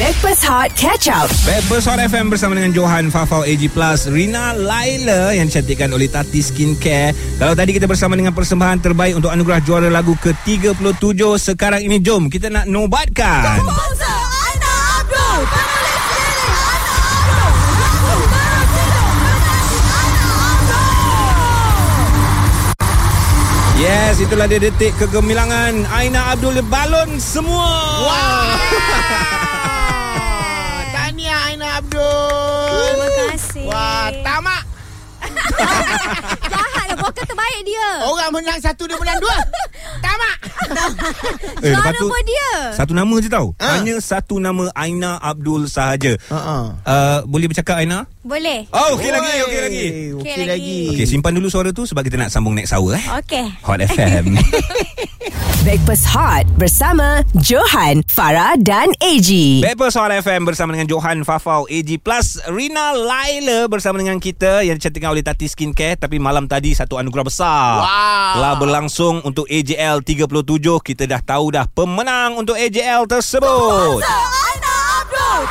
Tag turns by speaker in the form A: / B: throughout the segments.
A: Backpass Hot Catch Up.
B: Backpast Hot FM bersama dengan Johan Fafau AG Plus Rina Laila yang dicantikkan oleh Tati Skincare Kalau tadi kita bersama dengan persembahan terbaik Untuk anugerah juara lagu ke-37 Sekarang ini jom kita nak nobatkan
A: Sponsor Ana Abdul.
B: Yes itulah dia detik kegemilangan Aina Abdul Balon semua
C: Tahniah Aina Abdul.
D: Terima kasih.
C: Wah, tamak.
D: Jahatlah Bukan terbaik dia
C: Orang menang satu dia menang dua. Tamak.
B: Eh, lepas
D: Suara
B: tu-
D: pun dia
B: Satu nama je tau
C: Ah.
B: Hanya satu nama Aina Abdul sahaja
D: Ah,
C: Uh-uh.
B: uh, Boleh bercakap Aina?
D: Boleh
B: Oh okey lagi okey lagi
C: Okey
D: Okey
C: lagi.
D: lagi.
B: Okey simpan dulu suara tu Sebab kita nak sambung next hour eh
D: Okey
B: Hot FM
A: Backpass Hot bersama Johan, Farah dan AG.
B: Bepers Hot FM bersama dengan Johan Fafau AG Plus Rina Laila bersama dengan kita Yang dicantikkan oleh Tati Skincare Tapi malam tadi satu anugerah besar
C: Wow.
B: Telah berlangsung untuk AJL 37 Kita dah tahu dah pemenang untuk AJL tersebut
D: Aina Abdul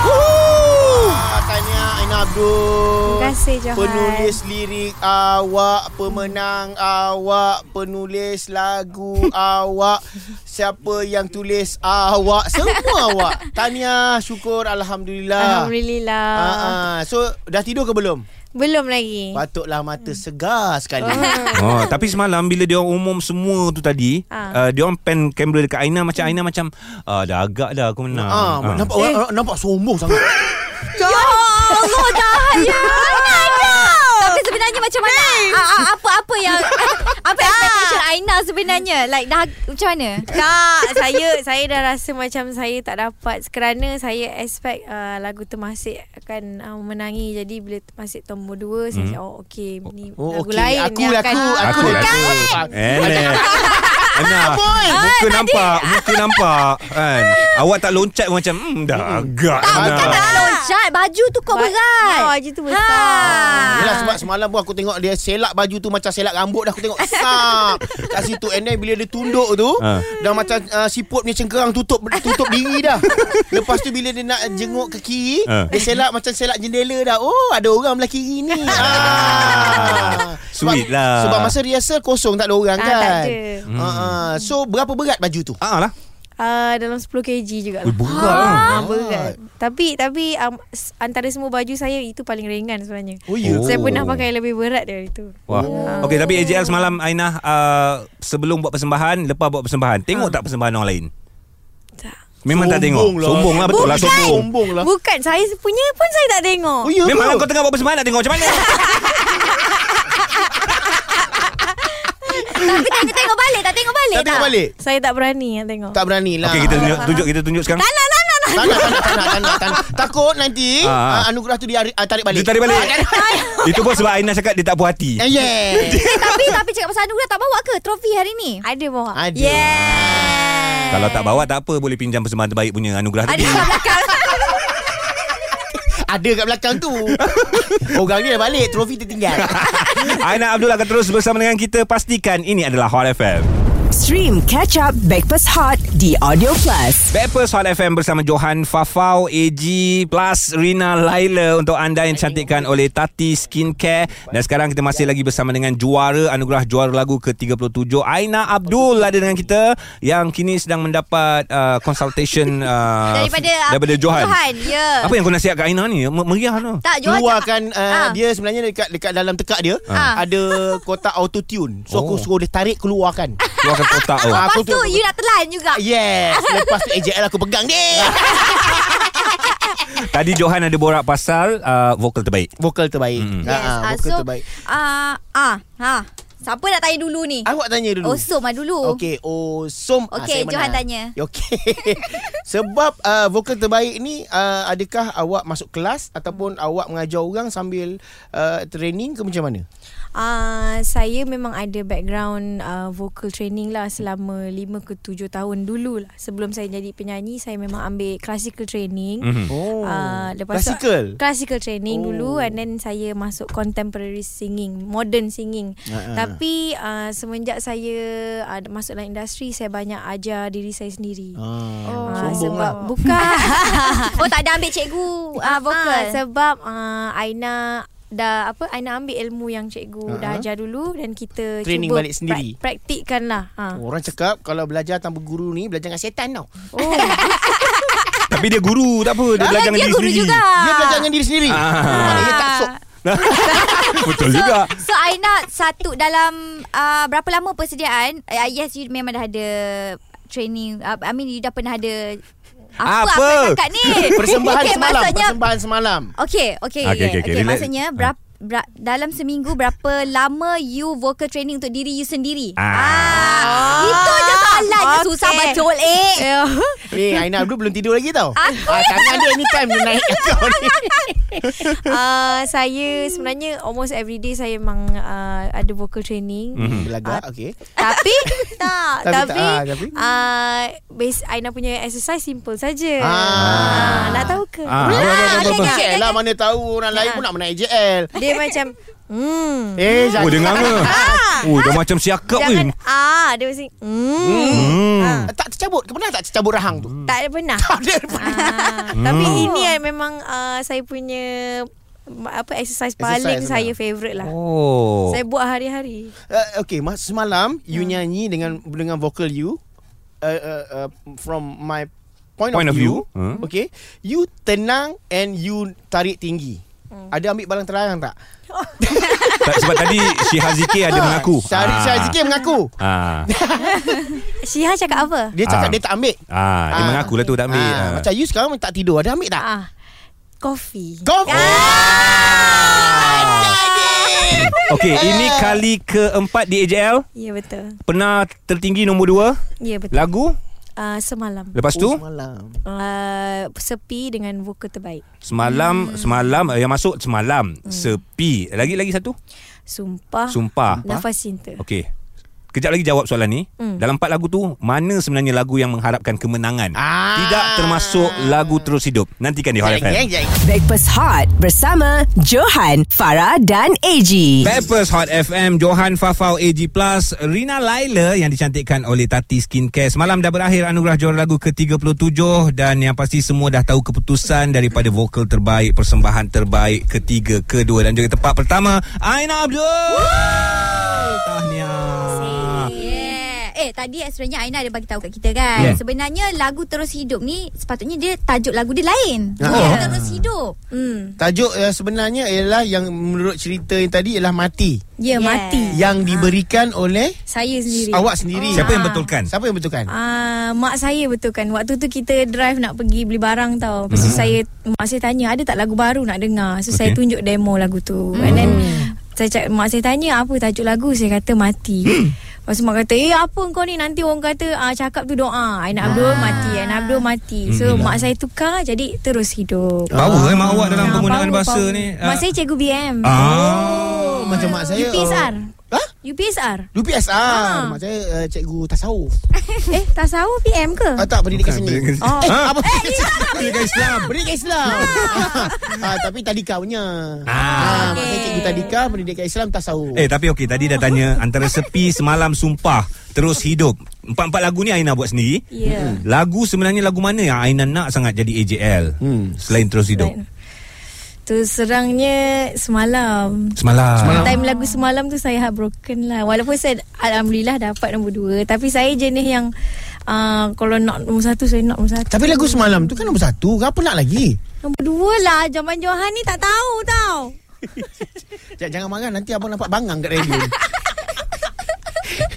C: Ah, Tahniah Aina Abdul.
D: Terima kasih, Johan.
C: Penulis lirik awak, pemenang awak, penulis lagu awak, siapa yang tulis awak, semua awak. Tahniah, syukur alhamdulillah.
D: Alhamdulillah
C: Ah, ah. So dah tidur ke belum?
D: Belum
E: Eh.
D: lagi
C: Patutlah mata
E: Hmm.
C: segar sekali.
E: Ah.
B: Oh, tapi semalam bila dia orang umum semua tu tadi,
D: Ah.
B: uh, dia orang pen kamera dekat Aina macam Aina macam ah, dah agak dah aku menang.
C: Ah,
B: Ah.
C: nampak orang,
E: Eh.
C: orang nampak sombong sangat.
D: Ya Allah jahatnya Aina ada Tapi sebenarnya macam mana Ah, ah, Apa-apa yang Apa expectation Aina sebenarnya Like dah Macam mana
E: Tak, saya saya dah rasa macam saya tak dapat kerana saya expect uh, lagu Temasik akan uh, menangi. Jadi bila Temasik nombor 2 saya cakap oh okey ni lagu
C: Hmm. okey.
E: lain
C: aku,
E: yang
C: laku,
E: akan
C: aku,
B: Aku
C: laku,
B: laku. Eh, eh. Aina,
C: boy.
B: Eh, muka nampak, muka nampak kan. Awak tak loncat pun macam hmm, dah agak.
D: Tak
B: Aina.
D: bukan tak nak loncat Baju tu kau
E: Ba-
D: berat
E: Ah, baju tu besar.
C: Yelah sebab semalam pun aku tengok dia selak baju tu macam selak rambut dah aku tengok sap kat situ and then bila dia tunduk tu
B: Ha.
C: dah macam uh, siput punya cengkerang tutup tutup diri dah. Lepas tu bila dia nak jenguk ke kiri
B: Ha.
C: dia selak macam selak jendela dah. Oh ada orang belah kiri ni. ah.
B: Sweet
C: sebab,
B: lah.
C: Sebab masa rehearsal kosong tak ada orang
E: Ah,
C: kan.
E: tak ada.
C: Hmm. so berapa berat baju tu?
B: Ah lah.
E: Uh, dalam 10 kg juga.
B: Ui, berat lah.
E: Ah, berat. Tapi tapi um, s- antara semua baju saya itu paling ringan sebenarnya.
C: Oh
B: Oh.
C: ya.
E: Saya pernah pakai lebih berat dari itu.
B: Wah. Okey, tapi AJL semalam Aina uh, sebelum buat persembahan, lepas buat persembahan, tengok tak persembahan orang lain?
E: Tak.
B: Memang tak tengok.
C: Sombong lah.
B: Sombong lah betul lah
C: Bukan.
B: sombong.
C: Sombong lah.
E: Bukan saya punya pun saya tak tengok.
C: Oh ya.
B: Memang lah,
C: ke?
B: kau tengah buat persembahan nak tengok macam mana?
D: Tapi kena tengok balik Tak tengok balik
C: tak tengok balik.
E: Saya tak berani nak tengok.
C: Tak berani lah.
B: Okey, kita tunjuk, tunjuk kita tunjuk sekarang.
D: Tak nak tak nak tak
C: Tak nak, tak nak, tak nak, tak nak, tak nak. Takut nanti
B: Ah.
C: ah. anugerah tu dia ah, tarik balik.
B: Dia tarik balik. Itu pun sebab Aina cakap dia tak puas hati.
C: Ah, yeah.
D: Eh, tapi tapi cakap pasal anugerah tak bawa ke trofi hari ni?
E: Ada bawa.
C: Ada.
D: Yeah.
B: Kalau tak bawa tak apa boleh pinjam persembahan terbaik punya anugerah
D: ada
B: tadi.
D: kat belakang.
C: Ada kat belakang tu. Orang ni dah balik, trofi tertinggal.
B: Aina Abdul akan terus bersama dengan kita pastikan ini adalah Hot FM.
A: Stream Catch Up Backpass Hot di Audio Plus.
B: Backpast Hot FM bersama Johan Fafau AG plus Rina Laila untuk anda yang cantikkan oleh Tati Skincare dan sekarang kita masih lagi bersama dengan juara anugerah juara lagu ke-37 Aina Abdul ada dengan kita yang kini sedang mendapat uh, consultation
C: Ah,
B: uh,
D: Daripada
B: daripada Johan.
D: Johan, ya.
B: Apa yang kau nasihat kat Aina ni? Me- Meriah tu.
D: Tak Johan.
C: Keluarkan uh,
D: Ah.
C: dia sebenarnya dekat dekat dalam tekak dia
D: Ah.
C: ada kotak auto tune. So
B: Oh.
C: aku suruh dia tarik kan. keluarkan.
B: Keluarkan kotak tu.
C: Ah,
D: Lepas
C: aku
D: tu
C: tu-
D: you nak telan juga.
C: Yes, lepas tu AJL aku pegang dia.
B: Ah. Tadi Johan ada borak pasal uh, vokal terbaik.
C: Vokal terbaik.
B: Hmm.
C: Ah, ah,
D: ah,
C: vokal
D: so,
C: terbaik.
D: Ah, ah, ha. Siapa nak tanya dulu ni?
E: Oh,
C: Awak tanya dulu.
D: Osum lah dulu.
C: Okey, Osum. Ah,
D: Okey,
C: saya
D: Johan
C: menang.
D: tanya.
C: Okey. Sebab uh, vokal terbaik ni uh, adakah awak masuk kelas ataupun awak mengajar orang sambil uh, training ke macam mana?
E: Uh, saya memang ada background uh, vocal training lah selama 5 ke 7 tahun dulu lah. Sebelum saya jadi penyanyi, saya memang ambil classical training.
B: Mhm.
C: Oh.
E: Ah, lepas tu-
C: Classical.
E: Classical training oh. dulu and then saya masuk contemporary singing, modern singing.
C: Ah, ah.
E: Uh-huh. Tapi uh, semenjak saya uh, masuk dalam industri, saya banyak ajar diri saya sendiri. Uh.
C: Ah. Sombong
E: Ah, sebab
C: lah.
E: bukan
D: Oh tak ada ambil cikgu uh,
E: Ah,
D: vokal.
E: sebab uh, Aina dah apa Aina ambil ilmu yang cikgu uh-huh.
C: Ah.
E: dah ajar dulu dan kita
C: Training
E: cuba
C: balik sendiri. Oh.
E: pra- praktikkan lah. Ha.
D: Oh,
C: Orang cakap kalau belajar tanpa guru ni belajar dengan setan tau.
E: Oh.
B: Tapi dia guru tak apa Dia belajar dengan
D: dia
B: diri
D: guru
B: sendiri
D: juga.
C: Dia belajar dengan diri sendiri.
B: Ah.
C: Dia tak sok.
B: Betul juga
D: So Aina satu dalam uh, berapa lama persediaan? Uh, yes you memang dah ada training. Uh, I mean you dah pernah ada apa
B: Apa?
D: apa cakap ni?
C: Persembahan
D: okay,
C: semalam,
D: maksudnya
C: persembahan semalam.
D: Okay, okay,
B: Okay,
D: okay, okay,
B: okay,
D: okay,
B: okay. Relax.
D: maksudnya
C: Ha.
D: berapa Ber- dalam seminggu berapa lama you vocal training untuk diri you sendiri?
B: Ah.
D: ah. Itu je soalan okay. susah
E: Okay.
D: bacol eh.
E: Ya.
C: Ni Aina Abdul belum tidur lagi tau. Ah, tangan dia anytime dia naik kau ni.
E: uh, saya sebenarnya almost every day saya memang uh, ada vocal training. Mm.
C: Belagak, okey.
E: Tapi tak,
C: Mhm. Tapi tak,
E: tapi,
C: ah, tapi?
E: tapi uh, base Aina punya exercise simple saja.
C: Ah.
E: Ah. nak tahu ke?
B: Ah,
E: Ah.
D: Ah,
C: Betul,
D: tengok.
C: Share lah mana tahu orang lain
E: Ah.
C: pun nak menang AJL.
E: Dia macam hmm.
C: Eh,
B: Oh
C: jangan.
B: dia nganga Oh dia macam siakap
E: Ah. Jangan
B: ni
E: ah dia mesti hmm.
B: Hmm.
C: Ah, Tak tercabut. Kau pernah tak tercabut rahang tu?
E: Tak ada pernah.
C: Tak ada pun.
E: Ah, Tapi ini yang memang uh, saya punya ma- apa exercise paling
C: Exercise
E: saya
C: lah.
E: favorite lah.
B: Oh
E: Saya buat hari-hari.
C: Uh, okay, mas semalam you nyanyi dengan dengan vokal you uh, uh, uh, from my point,
B: Point
C: of
B: of
C: view,
B: view,
C: Hmm.
B: huh?
C: okay, you tenang and you tarik tinggi. Ada ambil balang terang tak?
B: Tak, Sebab tadi Syihaziki
C: Eh,
B: ada mengaku
C: Syahri
B: Ah.
C: Syahri Zikir mengaku.
B: Ah,
E: Syihah cakap apa?
C: Dia
B: Ah.
C: cakap dia tak ambil.
B: ah, dia
C: Ah.
B: mengaku lah tu tak ambil.
C: Ah,
B: Ah.
C: Macam you sekarang tak tidur. Ada ambil tak? Oh,
E: Ah. Coffee.
C: Kau
B: Okey,
C: Ah.
B: ini kali keempat di AJL.
E: Ya betul.
B: Pernah tertinggi nombor dua
E: Ya betul.
B: lagu.
E: Uh, semalam.
B: Lepas tu
C: Oh, Malam.
E: Uh, sepi dengan vokal terbaik.
B: semalam semalam eh, yang masuk semalam
E: Hmm.
B: sepi. Lagi lagi satu.
E: Sumpah.
B: Sumpah.
E: Nafas cinta.
B: Okey. Kejap lagi jawab soalan ni.
E: Hmm.
B: Dalam empat lagu tu mana sebenarnya lagu yang mengharapkan kemenangan?
C: Ah.
B: Tidak termasuk lagu terus hidup. Nantikan di Hot FM.
C: Jeng, jeng, jeng.
A: Breakfast Hot bersama Johan, Farah dan AG.
B: Peppers Hot FM Johan Fafau AG Plus Rina Laila yang dicantikkan oleh Tati Skincare Semalam dah berakhir Anugerah Juara Lagu ke-37 Dan yang pasti semua dah tahu keputusan Daripada vokal terbaik Persembahan terbaik Ketiga, kedua Dan juga tempat pertama Aina Abdul Tahniah
D: Yeah. Eh tadi sebenarnya Aina ada bagi tahu kat kita kan.
B: Yeah.
D: Yeah. Sebenarnya lagu Terus Hidup ni sepatutnya dia tajuk lagu dia lain.
C: Ah.
D: Bukan
B: Oh.
D: Terus Hidup.
B: Eh.
D: Hmm.
C: Tajuk uh, sebenarnya ialah yang menurut cerita yang tadi ialah mati
E: Ya yeah.
D: Yeah.
E: mati.
C: yang diberikan oleh
E: Saya sendiri.
C: awak sendiri.
B: Siapa yang betulkan?
C: Siapa yang betulkan?
E: Ah, mak saya betul kan Waktu tu kita drive nak pergi beli barang tau Lepas
B: Hmm.
E: tu saya Mak saya tanya ada tak lagu baru nak dengar So okay. saya
B: Okay.
E: tunjuk demo lagu tu And then
B: Hmm.
E: saya cak, Mak saya tanya apa tajuk lagu Saya kata mati
B: Hmm.
E: Lepas tu mak kata Eh apa kau ni Nanti orang kata ah, Cakap tu doa
B: Ah.
E: Aina Abdul mati Aina Abdul mati So mak saya tukar Jadi terus hidup
B: Power eh mak awak dalam
E: Ah,
B: penggunaan
E: power,
B: bahasa
E: power.
B: ni
E: Mak saya cikgu BM
B: Ah.
C: Oh, macam mak saya.
E: UPSR
C: Ha?
E: UPSR
C: UPSR.
E: Ah.
C: Mak saya uh, cikgu tasawuf.
E: Eh tasawuf PM ke?
C: Ah, tak pendidikan seni.
B: Oh.
C: Eh, apa?
B: Pendidikan Islam
C: Pendidikan Islam. ah, tapi tadika punya. Ah, mak saya cikgu tadika, pendidikan Islam tasawuf.
B: Eh tapi okey tadi dah tanya antara sepi semalam sumpah terus hidup. Empat-empat lagu ni Aina buat sendiri. Hmm.
E: Ya.
B: Lagu sebenarnya lagu mana yang Aina nak sangat jadi AJL
C: Hmm.
B: selain terus hidup?
E: Lain. Tu serangnya semalam
B: Semalam.
C: Semalam.
E: Time lagu semalam tu saya heartbroken lah Walaupun saya Alhamdulillah dapat nombor dua Tapi saya jenis yang uh, Kalau nak nombor satu Saya nak nombor satu
C: Tapi lagu semalam tu kan nombor satu. Kenapa nak lagi?
E: Nombor dua lah Zaman Johan ni tak tahu tau
C: J- Jangan marah nanti abang nampak bangang kat radio.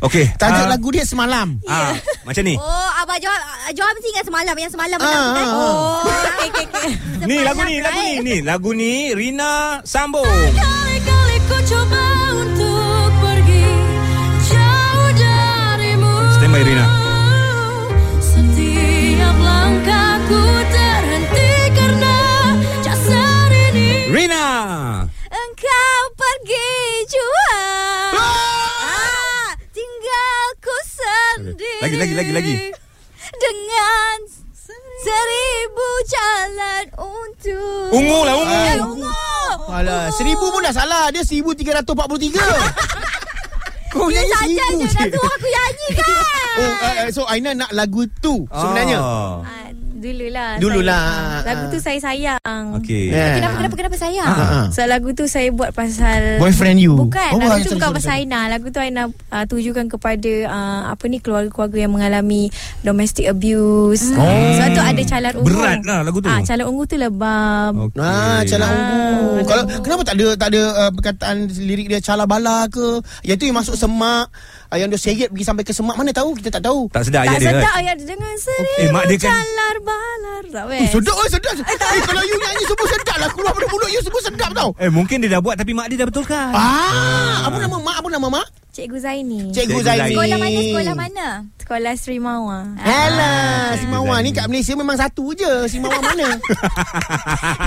B: Okey.
C: Tajuk
B: ah,
C: lagu dia semalam.
B: Ah,
E: Ya.
B: macam ni.
D: Oh abang Johan ah, Johan mesti ingat semalam yang semalam
C: Ah,
D: menang tu
C: ah,
D: kan.
C: ah.
D: Oh.
E: okay, okay, okay.
B: Ni lagu ni,
D: Semalam,
B: lagu ni,
D: right?
B: ni lagu ni Rina sambung.
E: Kali-kali ku cuba untuk pergi Jauh darimu
B: Stand by, Rina.
E: Setiap langkah
B: Ah!
D: Ah,
B: Lagi, lagi, lagi, lagi.
D: Dengan seribu jalan untuk
B: Ungu lah, ungu.
D: Eh, ungu Oh.
C: Alah, seribu pun dah salah. Dia 1343. Kau
D: Dia
C: nyanyi
D: saja
C: seribu
D: je
C: je.
D: Nak suruh aku nyanyi kan
C: Oh, uh, uh, so Aina nak lagu tu sebenarnya.
B: Ah,
E: Ah, dululah.
C: Dululah.
E: Saya, ah, lagu tu saya sayang.
B: Okey.
C: Yeah.
D: Kenapa kenapa kenapa sayang
C: Eh. Ah, ah.
E: So lagu tu saya buat pasal
C: Boyfriend you.
E: Bukan,
C: Oh,
E: oh,
C: bukan.
E: lagu tu
C: Sorry,
E: bukan
C: sorry,
E: pasal
C: sorry.
E: Aina Lagu tu Aina uh, tujukan kepada uh, Apa ni Keluarga-keluarga yang mengalami Domestic abuse oh. Sebab tu ada calar ungu
B: Berat lah lagu tu.
E: Ah, Calar ungu tu lebam
B: Okey.
C: Ah, cala ungu. Kalau kenapa tak ada tak ada uh, perkataan lirik dia cala bala ke? Yang tu yang masuk semak, uh, yang dia seret pergi sampai ke semak mana tahu? Kita tak tahu.
B: Tak sedar
E: Tak
B: ayat dia.
E: sedap
B: kan?
E: ayat dia Jangan seribu
B: Eh, mak dia kan-
E: calar balar Tak
C: Eh,
E: best
C: sedap eh, sedap. Eh, kalau you nyanyi semua sedap lah. Keluar pada mulut you semua sedap tau.
B: Eh mungkin dia dah buat tapi mak dia dah betulkan.
C: Ah, apa nama mak? Apa nama mak?
E: Cikgu Zaini
B: Cikgu
C: Cikgu Zaini.
B: Zaini.
D: Sekolah mana sekolah mana
E: Sekolah Sri Mawar
C: Alah, si
B: Cikgu
C: Mawar ni
B: Zaini.
C: kat Malaysia memang satu je. Si Mawar mana?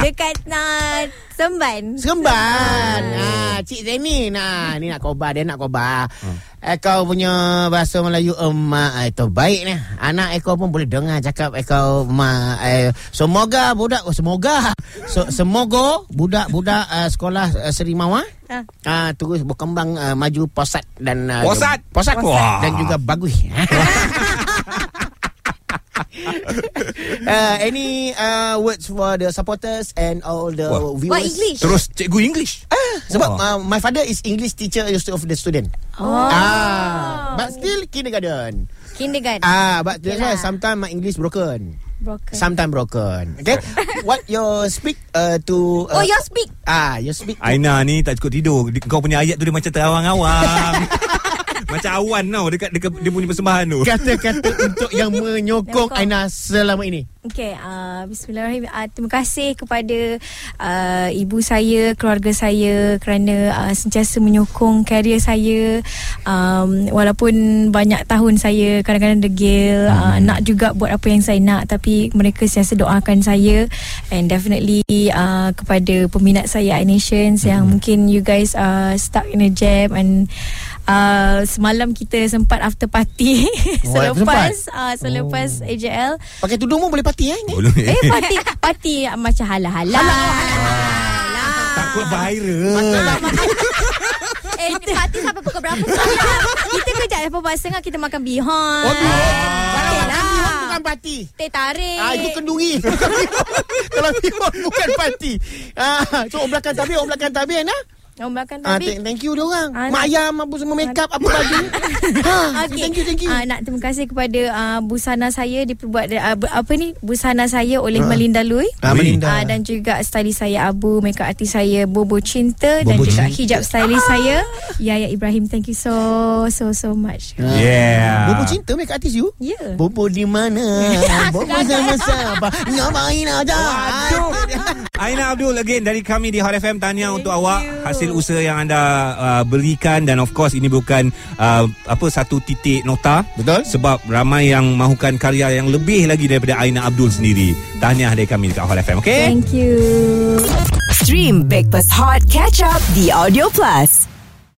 E: Dekat uh, Semban
C: Seremban. Ah, Cik Zaini nah, ni nak kobar dia nak kobar. Hmm. Ekau punya bahasa Melayu emak itu baik ni. Anak ekau pun boleh dengar cakap ekau emak. Eh, semoga budak oh, semoga so, semoga budak-budak uh, sekolah uh, Seri Mawar
E: Ah.
C: uh, terus berkembang uh, maju posat dan uh,
B: Posat?
C: posat,
B: Wah.
C: dan juga bagus. uh, any uh, words for the supporters and all the
B: Wah.
C: viewers?
D: Wah English
B: Terus cikgu English.
C: Sebab
B: Wah.
C: uh, my father is English teacher used of the student.
E: Oh
C: Ah, but still kindergarten.
E: Kindergarten
C: Ah, but that's why
E: Okay lah.
C: sometimes my English broken.
E: Broken
C: Sometimes broken. Okay, what you speak uh, to? Uh,
D: Oh you speak
C: Ah, you speak. To,
B: Aina ni tak cukup tidur. Di- Kau punya ayat tu dia macam terawang-awang. macam awan tau dekat, dekat dia punya persembahan tu.
C: Kan? kata-kata untuk yang menyokong
E: Menyokong.
C: Aina selama ini.
E: Okey, uh, bismillahirrahmanirrahim. Uh, terima kasih kepada uh, ibu saya, keluarga saya kerana uh, sentiasa menyokong karier saya. Um, walaupun banyak tahun saya kadang-kadang degil, uh, nak juga buat apa yang saya nak tapi mereka sentiasa doakan saya and definitely uh, kepada peminat saya iNations yang mungkin you guys are stuck in a jam and Uh, semalam kita sempat after party
C: Oh, sempat?
E: selepas uh, selepas AJL
C: Pakai tudung pun boleh parti eh?
B: Boleh.
E: Eh parti parti macam halal-halal.
B: Takut viral.
D: Eh parti sampai pukul berapa sekarang
E: kita kejap lepas 8.30 kita makan bihon.
C: Oh, bihon.
E: Okey
C: Bihon
E: lah. Eh.
C: bukan parti.
E: Teh tarik.
C: Ah, itu kenduri. Kalau bihon bukan parti. Ah, so orang belakang tabir, orang belakang tabir nah.
E: Orang Oh, makan
C: Ah, thank,
E: tapi.
C: thank you diorang. Mak
E: Ah, nak-
C: ayam apa semua make up apa baju. ha,
E: Okey.
C: thank you thank you.
E: Ah, nak terima kasih kepada uh, busana saya diperbuat uh, apa ni busana saya oleh Melinda Lui.
C: Ah, Melinda.
E: Ah, dan juga stylist saya Abu, makeup artist saya Bobo Cinta dan
B: Bobo
E: juga
B: Cinta.
E: hijab stylist saya Yaya Ibrahim. Thank you so so so much.
B: Yeah.
C: Bobo cinta make artis you? Ah.
E: Yeah.
C: Bobo di mana? Bobo sama siapa? Ngapain aja?
B: Aduh. Aina Abdul again dari kami di Hot FM tanya untuk awak hasil usaha yang anda uh, berikan dan of course ini bukan uh, apa satu titik nota
C: Betul.
B: sebab ramai yang mahukan karya yang lebih lagi daripada Aina Abdul sendiri. Tahniah dari kami dekat Hot FM okey.
E: Thank you.
A: Stream Breakfast Hot Catch Up The Audio Plus.